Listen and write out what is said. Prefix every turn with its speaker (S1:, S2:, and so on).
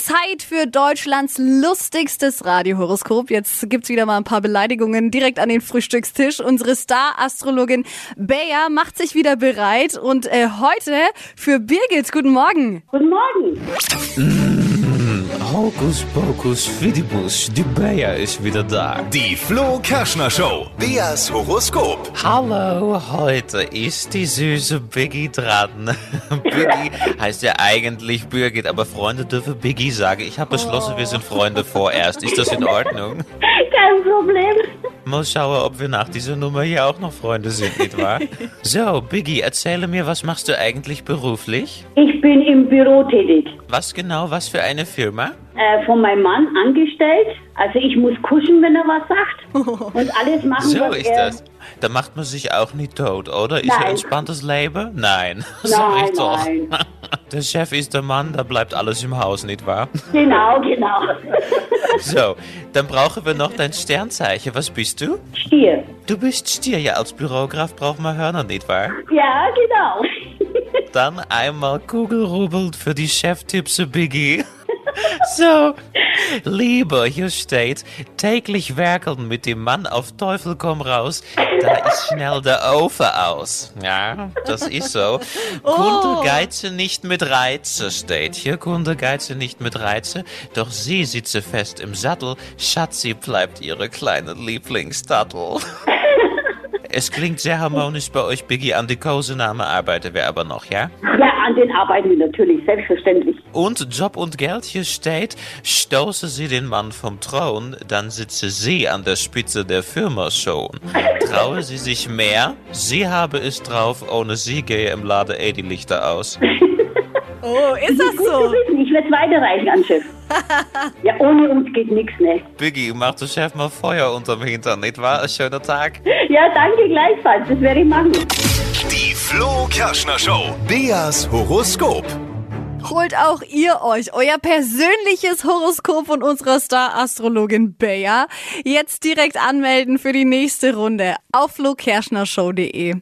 S1: Zeit für Deutschlands lustigstes Radiohoroskop. Jetzt gibt's wieder mal ein paar Beleidigungen direkt an den Frühstückstisch. Unsere Star-Astrologin Bea macht sich wieder bereit und äh, heute für Birgit. Guten Morgen.
S2: Guten Morgen.
S3: Hokus pokus fidibus, die Bea ist wieder da.
S4: Die Flo Kerschner Show. Beas Horoskop.
S3: Hallo, heute ist die süße Biggie dran. Biggie heißt ja eigentlich Birgit, aber Freunde dürfen Biggie sagen. Ich habe beschlossen, wir sind Freunde vorerst. Ist das in Ordnung?
S2: Kein Problem.
S3: Mal schauen, ob wir nach dieser Nummer hier auch noch Freunde sind, nicht wahr? So, Biggie, erzähle mir, was machst du eigentlich beruflich?
S2: Ich bin im Büro tätig.
S3: Was genau, was für eine Firma?
S2: Äh, von meinem Mann angestellt. Also ich muss kuschen, wenn er was sagt. Und alles machen,
S3: So
S2: was
S3: ist
S2: er...
S3: das. Da macht man sich auch nicht tot, oder? Ist ein
S2: Nein.
S3: entspanntes Leben? Nein. Sag
S2: Nein,
S3: ich doch.
S2: nein.
S3: Der Chef ist der Mann, da bleibt alles im Haus, nicht wahr?
S2: Genau, genau.
S3: So, dann brauchen wir noch dein Sternzeichen. Was bist du?
S2: Stier.
S3: Du bist Stier, ja, als Bürograf braucht man Hörner, nicht wahr?
S2: Ja, genau.
S3: Dann einmal Kugelrubbel für die Cheftipse Biggie. So, Liebe, hier steht, täglich werkeln mit dem Mann auf Teufel komm raus, da ist schnell der Ofen aus. Ja, das ist so. Kunde geize nicht mit Reize steht hier, Kunde geize nicht mit Reize, doch sie sitze fest im Sattel, Schatzi bleibt ihre kleine Lieblingsdattel. Es klingt sehr harmonisch bei euch, Biggie, an die Kosename arbeiten wir aber noch, ja?
S2: Ja, an den arbeiten wir natürlich, selbstverständlich.
S3: und Job und Geld hier steht, stoße sie den Mann vom Thron, dann sitze sie an der Spitze der Firma schon. Traue sie sich mehr, sie habe es drauf, ohne sie gehe im Lade eh die Lichter aus.
S1: Oh, ist das
S2: Gut zu
S1: so?
S2: wissen, ich werde es weiterreichen an Chef. Ja, ohne uns geht nichts, ne?
S3: Biggie, mach der Chef mal Feuer unterm Hintern, nicht wahr? Ein schöner Tag.
S2: Ja, danke gleichfalls, das werde ich machen.
S4: Die Flo Kerschner Show. Beas Horoskop.
S1: Holt auch ihr euch euer persönliches Horoskop von unserer Star-Astrologin Bea. Jetzt direkt anmelden für die nächste Runde auf flokerschnershow.de.